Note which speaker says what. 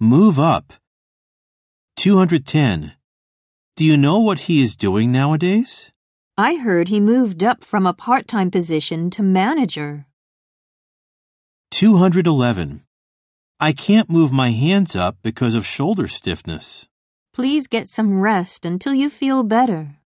Speaker 1: Move up. 210. Do you know what he is doing nowadays?
Speaker 2: I heard he moved up from a part time position to manager.
Speaker 1: 211. I can't move my hands up because of shoulder stiffness.
Speaker 2: Please get some rest until you feel better.